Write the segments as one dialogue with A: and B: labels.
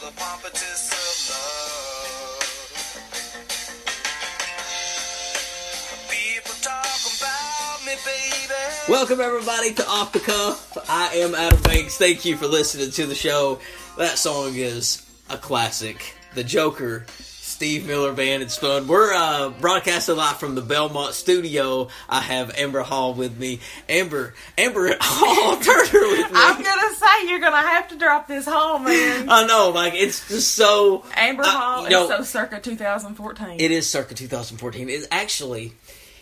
A: competence of love. People talk about me, baby.
B: Welcome everybody to Off the Cuff. I am Adam Banks. Thank you for listening to the show. That song is a classic. The Joker, Steve Miller Band. It's fun. We're uh, broadcasting live from the Belmont studio. I have Amber Hall with me. Amber, Amber Hall Turner with me.
C: I'm gonna say you're gonna have to drop this hall, man.
B: I know, like it's just so.
C: Amber
B: I-
C: Hall
B: you know,
C: is so circa 2014.
B: Uh, It is circa 2014. It actually,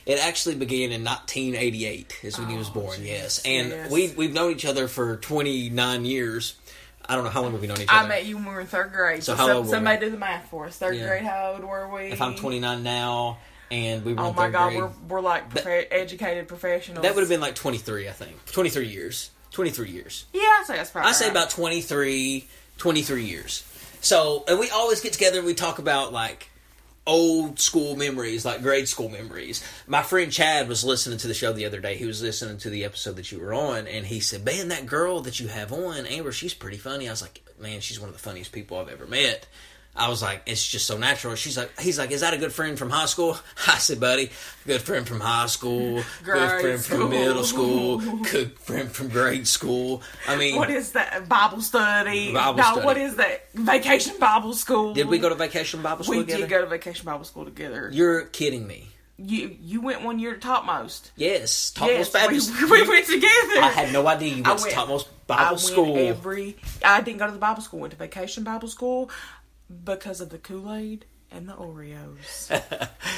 B: it actually began in 1988 is when he was born. Yes, and
C: Oh, Yes.
B: we we've known each other for 29 years. I don't know how long have we known each other.
C: I met you when we were in third grade.
B: So how
C: Some-
B: old were
C: somebody
B: we?
C: did the math for us. Third
B: Yeah.
C: grade, how old were we?
B: if I'm 29 now, and we were
C: Oh
B: in
C: my
B: third
C: god,
B: grade,
C: we're we're like profe- educated professionals.
B: that would have been like 23, I think. 23 years. 23 years.
C: Yeah, I say that's probably.
B: I say
C: right.
B: about 23, 23 years. So, and we always get together and we talk about like old school memories, like grade school memories. My friend Chad was listening to the show the other day. He was listening to the episode that you were on, and he said, Man, that girl that you have on, Amber, she's pretty funny. I was like, Man, she's one of the funniest people I've ever met. I was like, it's just so natural. She's like, he's like, is that a good friend from high school? I said, buddy, good friend from high school, good
C: Grade
B: friend
C: school.
B: from middle school, good friend from grade school. I mean,
C: What is that Bible study?
B: Bible
C: no,
B: study.
C: what is that vacation Bible school?
B: Did we go to vacation Bible school
C: We
B: together?
C: did go to vacation Bible school together.
B: You're kidding me.
C: you you went one year to Topmost.
B: Yes,
C: Yes,
B: Topmost Baptist.
C: we, we went together.
B: I had no idea you went,
C: I went-
B: to Topmost
C: I
B: Bible
C: went
B: School.
C: every. I didn't go to the Bible school. Went to vacation Bible school because of the Kool Aid and the Oreos.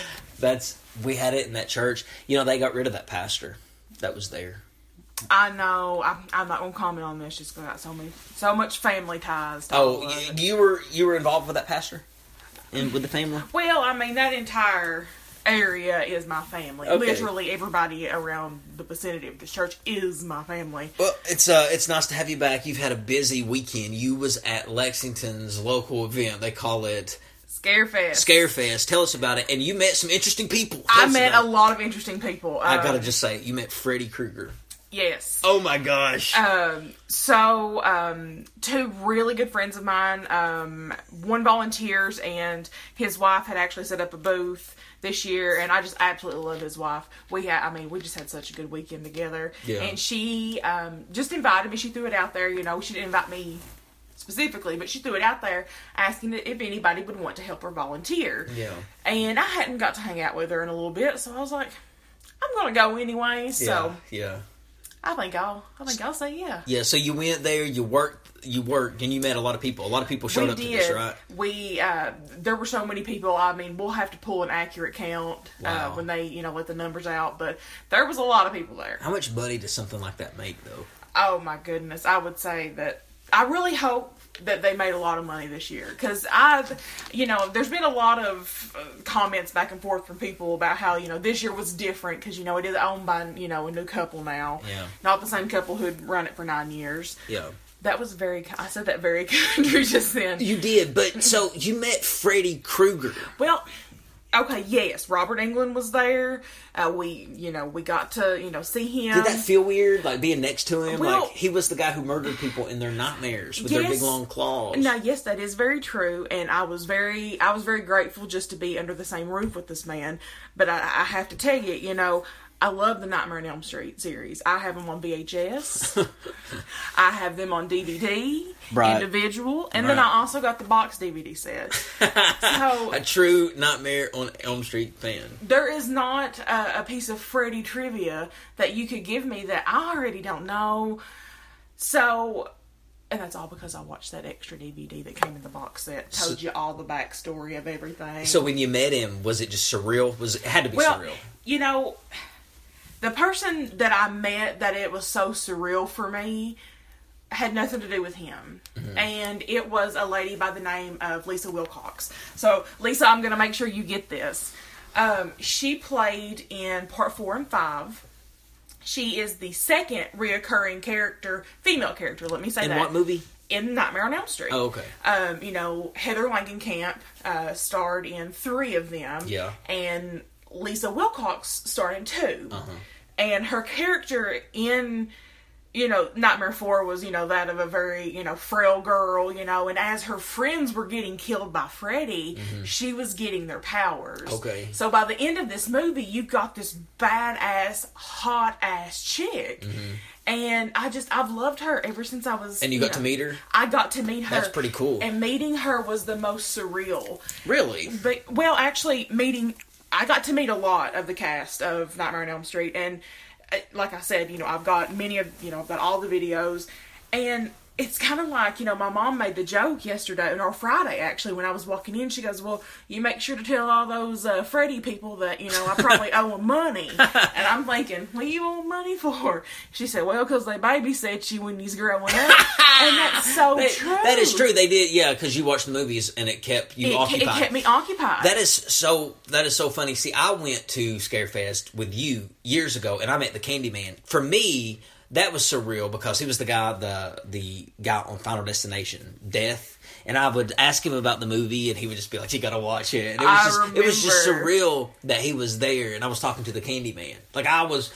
B: That's we had it in that church. You know they got rid of that pastor that was there.
C: I know. I'm, I'm not gonna comment on this. Just got so many, so much family ties. To
B: Oh,
C: all of
B: y-
C: it.
B: you were you were involved with that pastor and with the family.
C: well, I mean that entire area is my family.
B: Okay.
C: Literally everybody around the vicinity of the church is my family.
B: Well, it's uh, it's nice to have you back. You've had a busy weekend. You was at Lexington's local event. They call it
C: Scarefest.
B: Scarefest. Tell us about it. And you met some interesting people.
C: I
B: Tell us
C: met a
B: about it.
C: lot of interesting people.
B: I
C: Um,
B: gotta just say, you met Freddy Krueger.
C: yes.
B: Oh my gosh.
C: Um, so, um, two really good friends of mine, um, one volunteers and his wife had actually set up a booth this year and I just absolutely love his wife. We had, I mean, we just had such a good weekend together
B: Yeah.
C: and she, um, just invited me. She threw it out there, you know, she didn't invite me specifically, but she threw it out there asking if anybody would want to help her volunteer.
B: Yeah.
C: And I hadn't got to hang out with her in a little bit. So I was like, I'm going to go anyway. So
B: yeah.
C: I think I'll, I think I'll say yeah.
B: Yeah, so you went there, you worked, you worked, and you met a lot of people. A lot of people showed up to this, right?
C: We uh, there were so many people. I mean, we'll have to pull an accurate count
B: Wow.
C: uh, when they you know let the numbers out. But there was a lot of people there.
B: How much money does something like that make, though?
C: Oh my goodness! I would say that I really hope that they made a lot of money this year because I've you know there's been a lot of uh, comments back and forth from people about how you know this year was different because you know it is owned by you know a new couple now,
B: Yeah.
C: not the same couple who'd run it for nine years.
B: Yeah,
C: That was very. ki- I said that very kindly just then.
B: you did. But so you met Freddy Krueger.
C: Well, okay, yes, Robert England was there. Uh, we, you know, we got to, you know, see him.
B: Did that feel weird, like being next to him?
C: Um, Well-
B: like he was the guy who murdered people in their nightmares with their
C: Yes.
B: big long claws.
C: now, yes, that is very true, and I was very, I was very grateful just to be under the same roof with this man. But I, I have to tell you, you know, I love the Nightmare on Elm Street series. I have them on VHS. I have them on DVD,
B: Right.
C: individual, and then
B: Right.
C: I also got the box DVD set. so
B: a true Nightmare on Elm Street fan.
C: there is not a, a piece of Freddy trivia that you could give me that I already don't know. So, and that's all because I watched that extra DVD that came in the box set. Told you all the backstory of everything.
B: So when you met him, was it just surreal? Was it had to be
C: well,
B: surreal?
C: you know, the person that I met that it was so surreal for me had nothing to do with him.
B: Mm-hmm.
C: And it was a lady by the name of Lisa Wilcox. So, Lisa, I'm going to make sure you get this. Um, she played in part four and five. She is the second reoccurring character, female character, let me say
B: In
C: that.
B: what movie?
C: In Nightmare on Elm Street.
B: Oh, okay.
C: Um, you know, Heather Langenkamp uh, starred in three of them.
B: Yeah.
C: And
B: Uh-huh.
C: Lisa Wilcox starred in 2 And her character in you know, Nightmare 4 was, you know, that of a very, you know, frail girl, you know, and as her friends were getting killed by Freddy, she was getting their powers.
B: Mm-hmm. Okay.
C: So by the end of this movie, you've got this badass, hot ass chick. And I just, I've loved her ever since I was.
B: Mm-hmm. And you got to
C: know,
B: meet her?
C: I got to meet her.
B: That's pretty cool.
C: And meeting her was the most surreal.
B: Really?
C: But well, actually, meeting I got to meet a lot of the cast of Nightmare on Elm Street, and uh, like I said, you know, I've got many of you know, I've got all the videos, and it's kind of like you know, my mom made the joke yesterday or Friday actually when I was walking in. She goes, "Well, you make sure to tell all those uh, Freddy people that you know I probably owe 'em money," and I'm thinking, "What you owe 'em money for?" She said, "Well, because they babysit you when you's growing up," and that's so
B: That-
C: true.
B: that is true. They did, yeah, because you watched the movies and it kept you
C: Oh. It, ke-
B: occupied.
C: it kept me occupied.
B: That is so. That is so funny. See, I went to Scarefest with you years ago, and I met the Candyman. For me, that was surreal because he was the guy, the the guy on Final Destination, Death. And I would ask him about the movie, and he would just be like, "You gotta watch it." And it was
C: I
B: just, it was just
C: remember.
B: surreal that he was there, and I was talking to the Candyman. Like I was,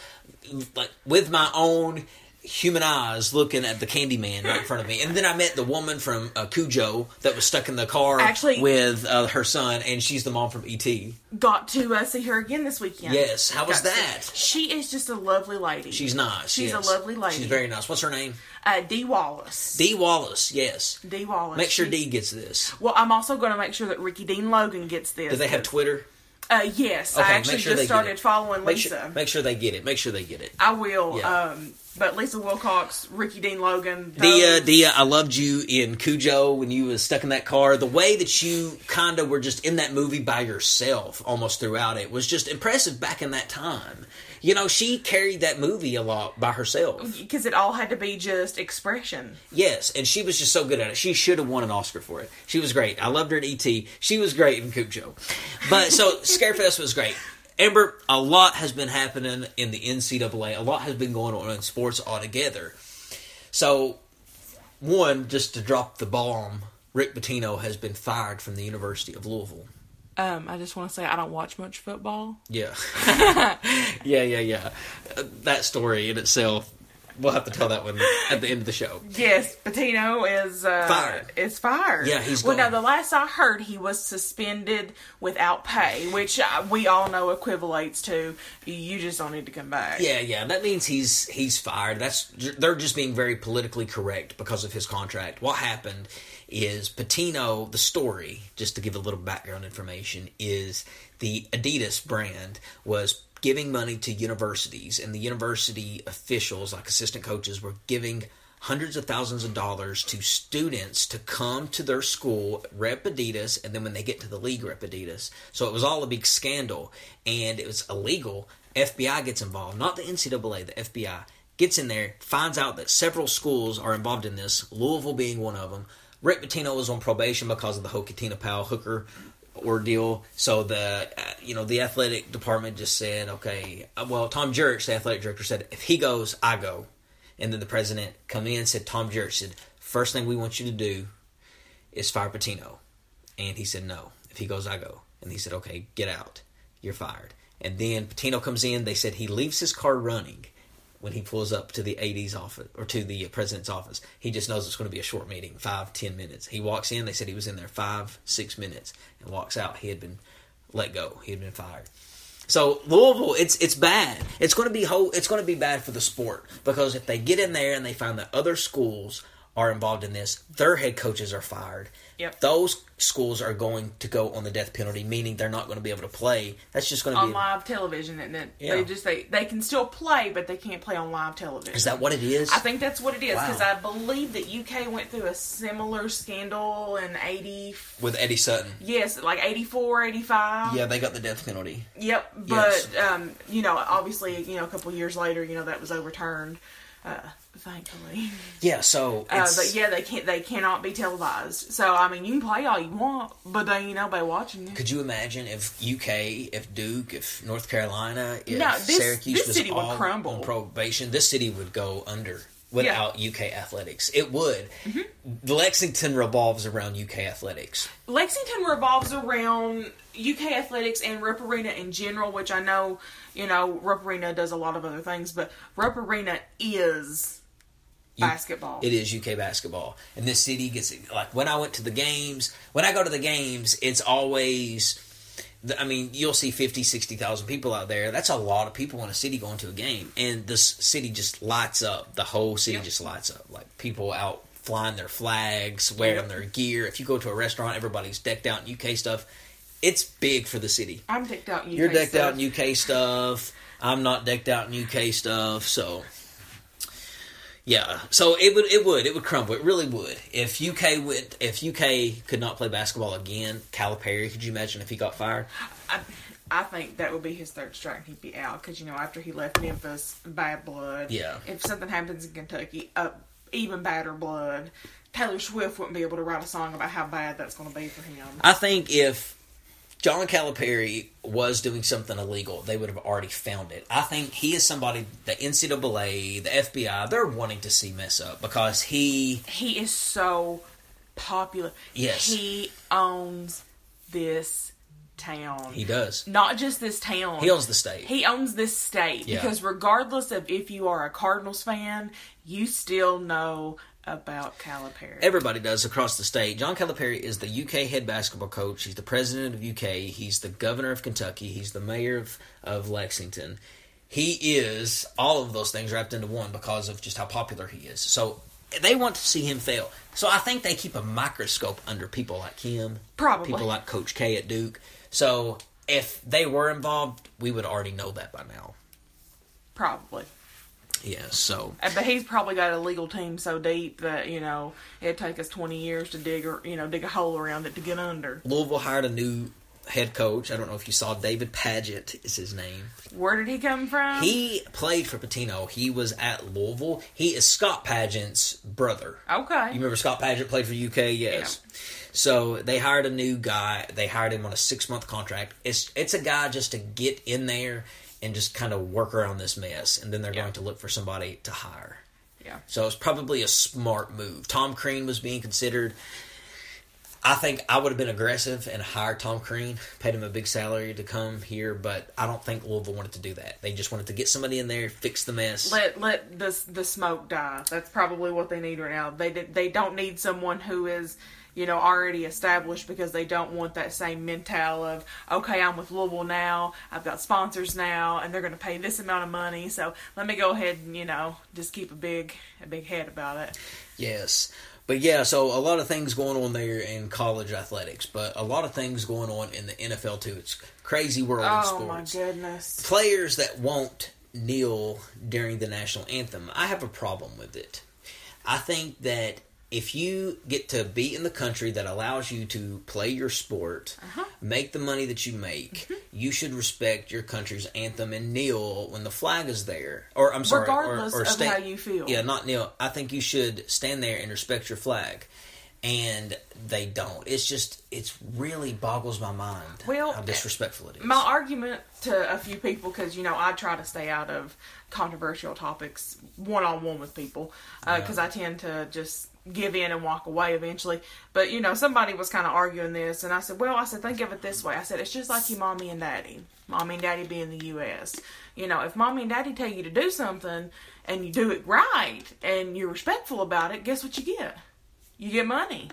B: like with my own human eyes looking at the Candyman right in front of me, and then I met the woman from uh, Cujo that was stuck in the car
C: Actually-
B: with uh, her son, and she's the mom from E ET.
C: got to uh, see her again this weekend.
B: Yes, how was
C: Got to-
B: that?
C: She is just a lovely lady.
B: She's nice.
C: She's
B: yes.
C: a lovely lady.
B: She's very nice. What's her name?
C: uh, D Wallace.
B: Dee Wallace. Yes.
C: D Wallace.
B: Make sure
C: She-
B: Dee gets this.
C: Well, I'm also going to make sure that Ricky Dean Logan gets this.
B: Do they have Twitter?
C: Uh, yes,
B: Okay,
C: I
B: make
C: actually
B: sure they
C: just
B: get
C: started
B: it.
C: following
B: Make
C: Lisa.
B: sure, make sure they get it. Make sure they get it.
C: I will.
B: Yeah.
C: Um, but Lisa Wilcox, Ricky Dean Logan.
B: Dia,
C: those-
B: Dia, I loved you in Cujo when you was stuck in that car. The way that you kind of were just in that movie by yourself almost throughout it was just impressive back in that time. You know, she carried that movie a lot by herself.
C: because it all had to be just expression.
B: Yes, and she was just so good at it. She should have won an Oscar for it. She was great. I loved her in E.T. She was great in Cujo. But so Scarefest was great. Amber, a lot has been happening in the NCAA. A lot has been going on in sports altogether. So, one, just to drop the bomb, Rick Pitino has been fired from the University of Louisville.
C: Um, I just want to say I don't watch much football.
B: Yeah. yeah, yeah, yeah. Uh, That story in itself, we'll have to tell that one at the end of the show.
C: Yes, Patino is uh,
B: Fired.
C: Is fired.
B: Yeah, he's
C: well.
B: gone.
C: Now, the last I heard, he was suspended without pay, which uh, we all know equivalates to you just don't need to come back.
B: Yeah, yeah. That means he's he's fired. That's they're just being very politically correct because of his contract. What happened is Patino. The story, just to give a little background information, is the Adidas brand was giving money to universities, and the university officials, like assistant coaches, were giving hundreds of thousands of dollars to students to come to their school, rep Adidas, and then when they get to the league, rep Adidas. So it was all a big scandal, and it was illegal. FBI gets involved, not the NCAA, the FBI gets in there, finds out that several schools are involved in this, Louisville being one of them. Rick Pitino was on probation because of the whole Katina Powell hooker ordeal. So the uh, you know the athletic department just said, okay, uh, well Tom Jurich, the athletic director, said if he goes, I go. And then the president come in said, Tom Jurich said, first thing we want you to do is fire Patino. And he said, no. If he goes, I go. And he said, okay, get out. You're fired. And then Patino comes in. They said he leaves his car running when he pulls up to the AD's office or to the president's office. He just knows it's going to be a short meeting, five, ten minutes. He walks in. They said he was in there five, six minutes and walks out. He had been let go. He had been fired. So Louisville, it's it's bad. It's going to be whole. It's going to be bad for the sport because if they get in there and they find that other schools are involved in this, their head coaches are fired.
C: Yep.
B: Those schools are going to go on the death penalty, meaning they're not going to be able to play. That's just going to
C: On
B: be.
C: live television, and then
B: Yeah.
C: they just they they can still play, but they can't play on live television.
B: Is that what it is?
C: I think that's what it is because
B: Wow.
C: I believe that UK went through a similar scandal in eighty.
B: with Eddie Sutton.
C: Yes, like 84, 85.
B: Yeah, they got the death penalty.
C: Yep,
B: Yes.
C: but um, you know, obviously, you know, a couple years later, you know, that was overturned, uh, thankfully.
B: Yeah, so
C: Uh,
B: it's,
C: but yeah, they can't, they cannot be televised. So I mean, you can play all you want, but they ain't nobody watching you.
B: Could you imagine if UK, if Duke, if North Carolina, if
C: No, this-
B: Syracuse
C: this
B: was
C: city would
B: all
C: crumble.
B: on probation? This city would go under without UK athletics. It would.
C: Mm-hmm.
B: Lexington revolves around UK athletics.
C: Lexington revolves around UK athletics and Rupp Arena in general, which I know, you know, Rupp Arena does a lot of other things, but Rupp Arena is basketball.
B: It is UK basketball, and this city gets like when I went to the games. When I go to the games, it's always. the- I mean, you'll see 50, 60,000 people out there. That's a lot of people in a city going to a game, and this city just lights up. The whole city
C: Yep.
B: just lights up. Like people out flying their flags, wearing
C: Yep.
B: their gear. If you go to a restaurant, everybody's decked out in UK stuff. It's big for the city.
C: I'm decked out in UK.
B: You're decked
C: stuff.
B: out in UK stuff. I'm not decked out in UK stuff. So, yeah. So it would it would it would crumble. It really would. If UK went if UK could not play basketball again, Calipari. Could you imagine if he got fired?
C: I, I think that would be his third strike. and He'd be out because you know after he left Memphis, bad blood.
B: Yeah.
C: If something happens in Kentucky, up even badder blood. Taylor Swift wouldn't be able to write a song about how bad that's going to be for him.
B: I think if John Calipari was doing something illegal, they would have already found it. I think he is somebody the NCAA, the FBI, they're wanting to see mess up because he
C: He is so popular.
B: Yes.
C: He owns this town.
B: he does.
C: Not just this town.
B: He owns the state.
C: He owns this state
B: Yeah.
C: because regardless of if you are a Cardinals fan, you still know about Calipari.
B: everybody does across the state. John Calipari is the UK head basketball coach. He's the president of UK. He's the governor of Kentucky. He's the mayor of, of Lexington. He is all of those things wrapped into one because of just how popular he is. So they want to see him fail. So I think they keep a microscope under people like him,
C: Probably.
B: people like Coach K at Duke. So if they were involved, we would already know that by now.
C: Probably.
B: Yeah. So
C: Uh, But he's probably got a legal team so deep that you know it'd take us twenty years to dig, or you know, dig a hole around it to get under.
B: Louisville hired a new head coach. I don't know if you saw David Paget is his name.
C: Where did he come from?
B: He played for Patino. He was at Louisville. He is Scott Pageant's brother.
C: okay.
B: You remember Scott Pageant played for UK? Yes. So they hired a new guy. They hired him on a six month contract. It's it's a guy just to get in there and just kind of work around this mess, and then they're
C: Yeah.
B: going to look for somebody to hire.
C: yeah.
B: So it's probably a smart move. Tom Crean was being considered. I think I would have been aggressive and hired Tom Crean, paid him a big salary to come here, but I don't think Louisville wanted to do that. They just wanted to get somebody in there, fix the mess.
C: Let let this the smoke die. That's probably what they need right now. They did- they don't need someone who is you know already established because they don't want that same mental of okay I'm with Louisville now I've got sponsors now and they're going to pay this amount of money so let me go ahead and you know just keep a big a big head about it.
B: yes. But yeah, so a lot of things going on there in college athletics, but a lot of things going on in the NFL too. It's crazy world of
C: Oh my
B: sports.
C: goodness.
B: players that won't kneel during the national anthem, I have a problem with it. I think that if you get to be in the country that allows you to play your sport,
C: Uh-huh.
B: make the money that you make,
C: Mm-hmm.
B: you should respect your country's anthem and kneel when the flag is there. Or I'm sorry, or-
C: Regardless
B: or,
C: of
B: stand-
C: how you feel.
B: Yeah, not kneel. I think you should stand there and respect your flag. And they don't. It's just, it's really boggles my mind
C: Well,
B: how disrespectful it is.
C: my argument to a few people because you know i try to stay out of controversial topics one-on-one with people because i tend to just give in and walk away eventually but you know somebody was kind of arguing this and i said well i said think of it this way i said it's just like your mommy and daddy mommy and daddy being the us you know if mommy and daddy tell you to do something and you do it right and you're respectful about it guess what you get you get money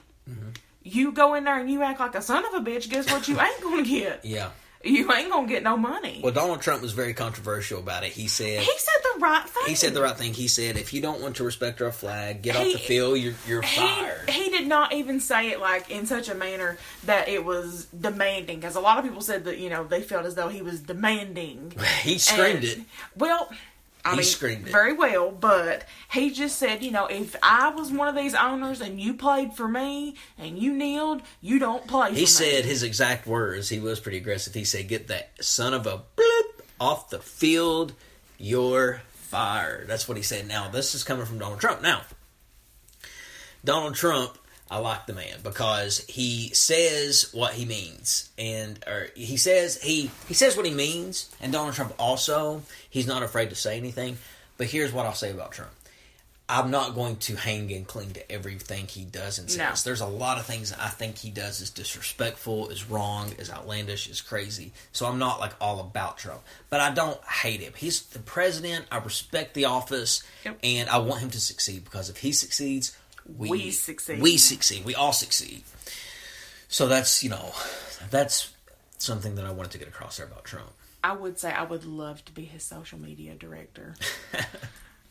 C: you go in there and you act like a son of a bitch guess what you ain't gonna get
B: yeah.
C: you ain't gonna get no money.
B: Well, Donald Trump was very controversial about it. He said
C: he said the right thing.
B: he said the right thing. He said if you don't want to respect our flag, get off
C: He-
B: the field. You're you're fired.
C: He, he did not even say it like in such a manner that it was demanding, because a lot of people said that you know they felt as though he was demanding.
B: He, screamed
C: And-
B: it.
C: Well, I
B: He
C: mean,
B: screamed it.
C: very well, but he just said, you know, if I was one of these owners and you played for me and you kneeled, you don't play. for
B: He
C: me.
B: said his exact words. He was pretty aggressive. He said, "Get that son of a bloop off the field. You're fired." That's what he said. Now this is coming from Donald Trump. Now Donald Trump, I like the man because he says what he means, and or he says he he says what he means. And Donald Trump also he's not afraid to say anything. But here's what I'll say about Trump: I'm not going to hang and cling to everything he does and says.
C: No.
B: There's a lot of things I think he does is disrespectful, is wrong, is outlandish, is crazy. So I'm not like all about Trump, but I don't hate him. He's the president. I respect the office,
C: Yep.
B: and I want him to succeed because if he succeeds, we,
C: We succeed.
B: We succeed. We all succeed. So that's you know, that's something that I wanted to get across there about Trump.
C: I would say I would love to be his social media director.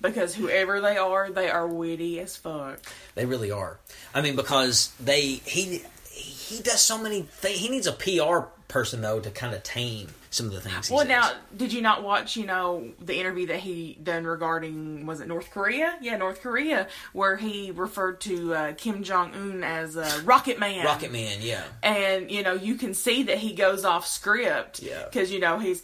C: because whoever they are, they are witty as fuck.
B: They really are. I mean, because they he he does so many things. He needs a PR person though to kind of tame some of the things. He
C: Well,
B: says.
C: now, did you not watch, you know, the interview that he done regarding, was it North Korea? Yeah, North Korea, where he referred to uh, Kim Jong Un as uh, Rocket Man.
B: Rocket Man, yeah,
C: and you know you can see that he goes off script
B: Yeah.
C: because you know he's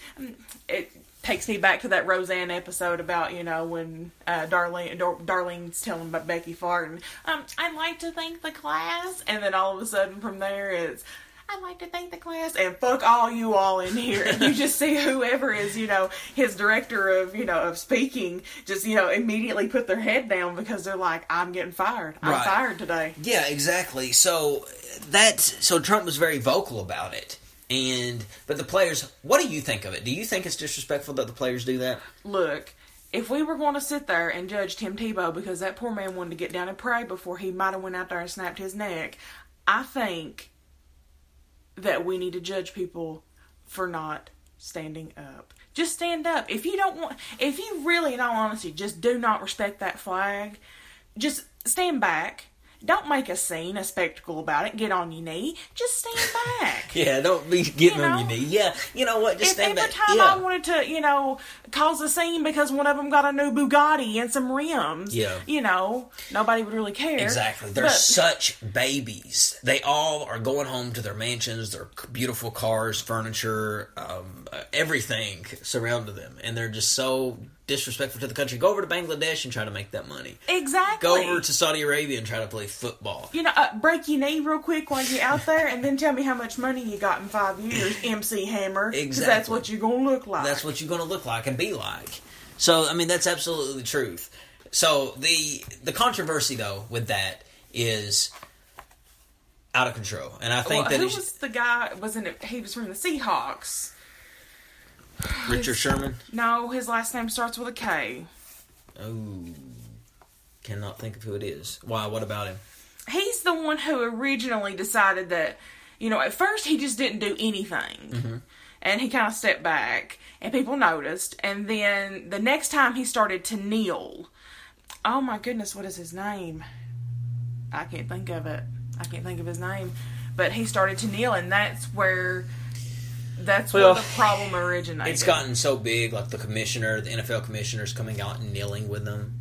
C: it takes me back to that roseanne episode about you know when uh, darlene Dar- darlene's telling about becky farton um, i'd like to thank the class and then all of a sudden from there it's I'd like to thank the class and fuck all you all in here. And you just see whoever is, you know, his director of, you know, of speaking, just, you know, immediately put their head down because they're like, I'm getting fired. I'm
B: Right.
C: fired today.
B: yeah, exactly. So that so Trump was very vocal about it, and but the players, what do you think of it? Do you think it's disrespectful that the players do that?
C: look, if we were going to sit there and judge Tim Tebow because that poor man wanted to get down and pray before he might have went out there and snapped his neck, I think that we need to judge people for not standing up. Just stand up. If you don't want, if you really, in all honesty, just do not respect that flag, just stand back. Don't make a scene, a spectacle about it. Get on your knee. Just stand back.
B: Yeah, don't be getting
C: You
B: on your
C: know?
B: knee. Yeah, you know what? Just
C: if
B: stand
C: every
B: back.
C: time
B: yeah.
C: I wanted to, you know, cause a scene because one of them got a new Bugatti and some rims,
B: Yeah.
C: you know, nobody would really care.
B: Exactly. They're
C: But-
B: such babies. They all are going home to their mansions, their c- beautiful cars, furniture, um, uh, everything surrounded them. And they're just so disrespectful to the country. Go over to Bangladesh and try to make that money.
C: exactly.
B: Go over to Saudi Arabia and try to play football.
C: you know, uh, break your knee real quick while you're out there, and then tell me how much money you got in five years, MC Hammer. 'cause That's
B: Exactly.
C: what you're gonna look like.
B: That's what you're going to look like and be like. So, I mean, that's absolutely the truth. So, the the controversy though with that is out of control, and I think
C: Well,
B: that
C: who
B: it's
C: was the guy? Wasn't it? He was from the Seahawks.
B: Richard Sherman.
C: No, his last name starts with a K.
B: Oh, cannot think of who it is. Why? What about him?
C: he's the one who originally decided that you know at first he just didn't do anything
B: Mm-hmm.
C: and he kind of stepped back and people noticed and then the next time he started to kneel oh my goodness what is his name i can't think of it i can't think of his name but he started to kneel and that's where that's
B: Well,
C: where the problem originated
B: It's gotten so big, like the commissioner, the NFL commissioner's coming out and kneeling with them.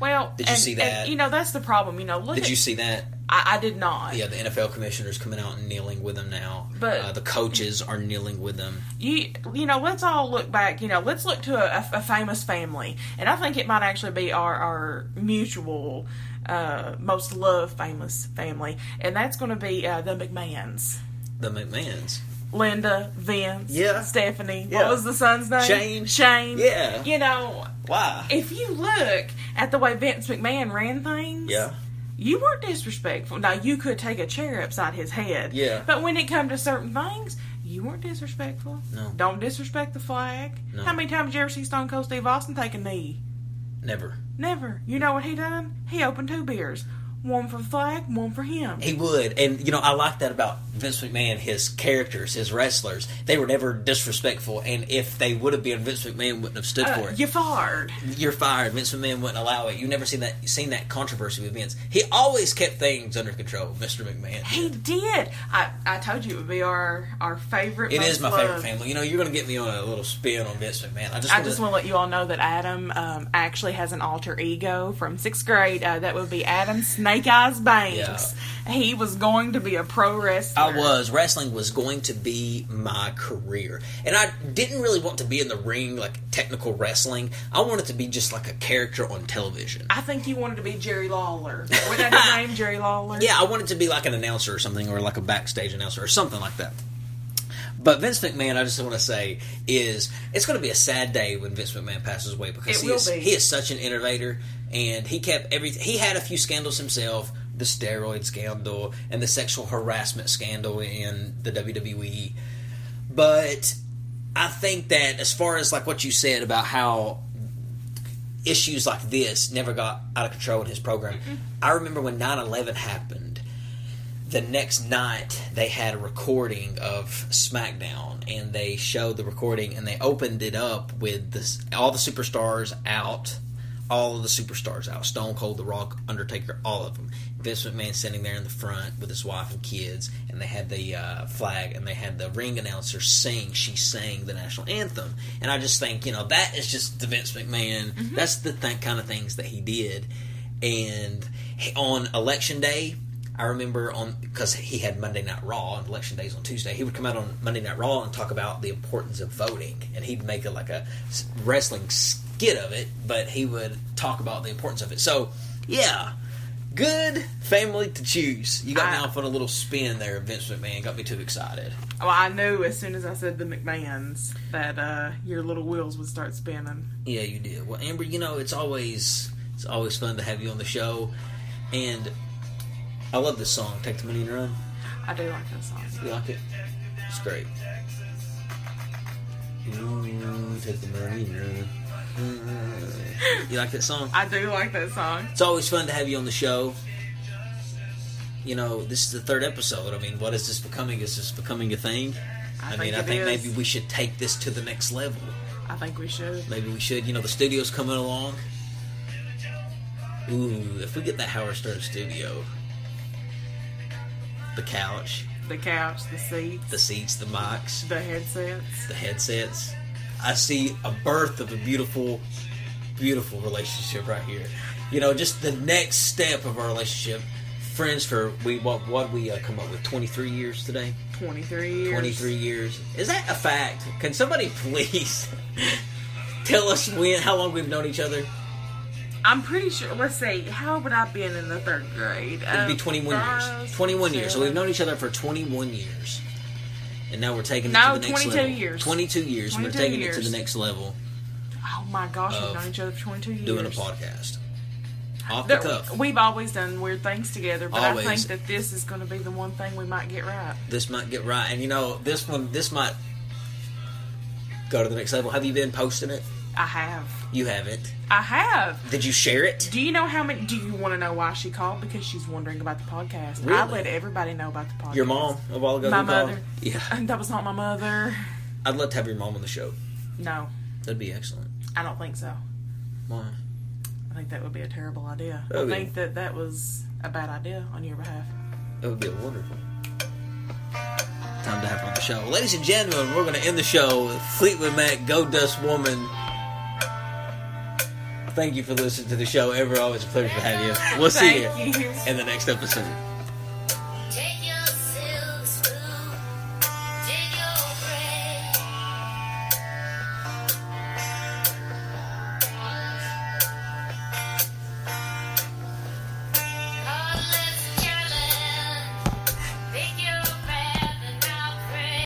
C: well
B: Did you
C: and-
B: see
C: and,
B: that?
C: you know that's the problem you know look
B: Did
C: at,
B: you see that?
C: I, I did not
B: Yeah, the NFL commissioner's coming out and kneeling with them now.
C: But-
B: uh, the coaches are kneeling with them.
C: you you know let's all look back you know let's look to a, a- a famous family and i think it might actually be our our mutual uh most loved famous family and that's going to be uh the mcmahons
B: The McMahons.
C: linda vince
B: Yeah.
C: stephanie
B: Yeah.
C: what was the son's name
B: Shane.
C: shane
B: Yeah.
C: you know
B: Why?
C: if you look at the way vince mcmahon ran things
B: Yeah.
C: you weren't disrespectful. Now you could take a chair upside his head.
B: Yeah.
C: But when it come to certain things, you weren't disrespectful.
B: No.
C: Don't disrespect the flag.
B: No.
C: How many times did you ever see Stone Cold Steve Austin take a knee?
B: Never.
C: Never. You know what he done? He opened two beers. One for the flag, one for him.
B: He would, and you know, I like that about Vince McMahon. His characters, his wrestlers, they were never disrespectful. And if they would have been, Vince McMahon wouldn't have stood
C: Uh,
B: for it.
C: you fired.
B: you're fired. Vince McMahon wouldn't allow it. You never seen that seen that controversy with Vince. He always kept things under control, Mr. McMahon.
C: He did. I, I told you it would be our, our favorite.
B: It
C: most
B: is my favorite
C: loved.
B: family. You know, you're gonna get me on a little spin on Vince McMahon. I just,
C: I
B: wanna-
C: just want to let you all know that Adam um, actually has an alter ego from sixth grade. Uh, that would be Adam Snake Eyes Banks. He was going to be a pro wrestler.
B: I was wrestling was going to be my career, and I didn't really want to be in the ring like technical wrestling. I wanted to be just like a character on television.
C: I think you wanted to be Jerry Lawler. Wasn't that his name, Jerry Lawler?
B: Yeah, I wanted to be like an announcer or something, or like a backstage announcer or something like that. But Vince McMahon, I just want to say, is it's going to be a sad day when Vince McMahon passes away because
C: It
B: he
C: will
B: is
C: be.
B: he is such an innovator, and he kept every he had a few scandals himself, the steroid scandal and the sexual harassment scandal in the WWE, but I think that as far as like what you said about how issues like this never got out of control in his program. I remember when 9/11 happened. The next night, they had a recording of SmackDown, and they showed the recording, and they opened it up with this, all the superstars out, all of the superstars out: Stone Cold, The Rock, Undertaker, all of them. Vince McMahon sitting there in the front with his wife and kids, and they had the uh, flag, and they had the ring announcer sing. She sang the national anthem, and I just think, you know, that is just the Vince McMahon. That's the th- kind of things that he did. And he- on election day, I remember on because he had Monday Night Raw and election days on Tuesday. He would come out on Monday Night Raw and talk about the importance of voting, and he'd make a, like a s- wrestling skit of it. But he would talk about the importance of it. So, yeah, good family to choose. You got me
C: I-
B: off on a little spin there, Vince McMahon. Got me too excited.
C: Well, I knew as soon as I said the McMahons that uh, your little wheels would start spinning.
B: Yeah, you did. Well, Amber, you know it's always it's always fun to have you on the show, and I love this song. Take the money and run.
C: I do like that song.
B: You like it? It's great. Ooh, take the money and run. You like that song?
C: I do like that song.
B: It's always fun to have you on the show. You know, this is the third episode. I mean, what is this becoming? Is this becoming a thing? I, mean, I
C: it
B: think
C: is.
B: maybe we should take this to the next level.
C: I think we should.
B: Maybe we should. You know, the studio's coming along. Ooh, if we get that Howard Stern studio, the couch,
C: The couch, the seats,
B: the seats, the mics,
C: the headsets.
B: the headsets. I see a birth of a beautiful, beautiful relationship right here. You know, just the next step of our relationship. Friends for we what what we uh, come up with twenty three years today.
C: 23 years.
B: Twenty three years is that a fact? Can somebody please tell us when how long we've known each other?
C: I'm pretty sure. Let's see. How would I have been in the third grade? Um,
B: It'd be twenty one years. Twenty one years. So we've known each other for twenty one years, and now we're taking it
C: No,
B: to the next
C: 22
B: level.
C: years.
B: Twenty two years. and we're
C: 22
B: taking it to
C: years.
B: the next level.
C: Oh my gosh,
B: of
C: we've known each other for 22 years.
B: Doing a podcast off the
C: That-
B: cuff.
C: We've always done weird things together, but
B: Always.
C: I think that this is going to be the one thing we might get right.
B: this might get right. And you know, this one, this might go to the next level. Have you been posting it?
C: I have.
B: You haven't.
C: I have.
B: Did you share it?
C: Do you know how many? Do you want to know why she called? Because she's wondering about the podcast. I
B: Really?
C: let everybody know about the podcast.
B: Your mom a while ago.
C: My
B: who called?
C: mother.
B: Yeah,
C: That was not my mother.
B: I'd love to have your mom on the show.
C: No,
B: That'd be excellent.
C: I don't think so.
B: Why?
C: I think that would be a terrible idea.
B: Okay.
C: I think that that was a bad idea on your behalf.
B: That would be wonderful. Time to have her on the show, ladies and gentlemen. We're going to end the show with Fleetwood Mac, Go Dust Woman. Thank you for listening to the show. Ever always a pleasure to have you. We'll see
C: Thank you.
B: in the next episode.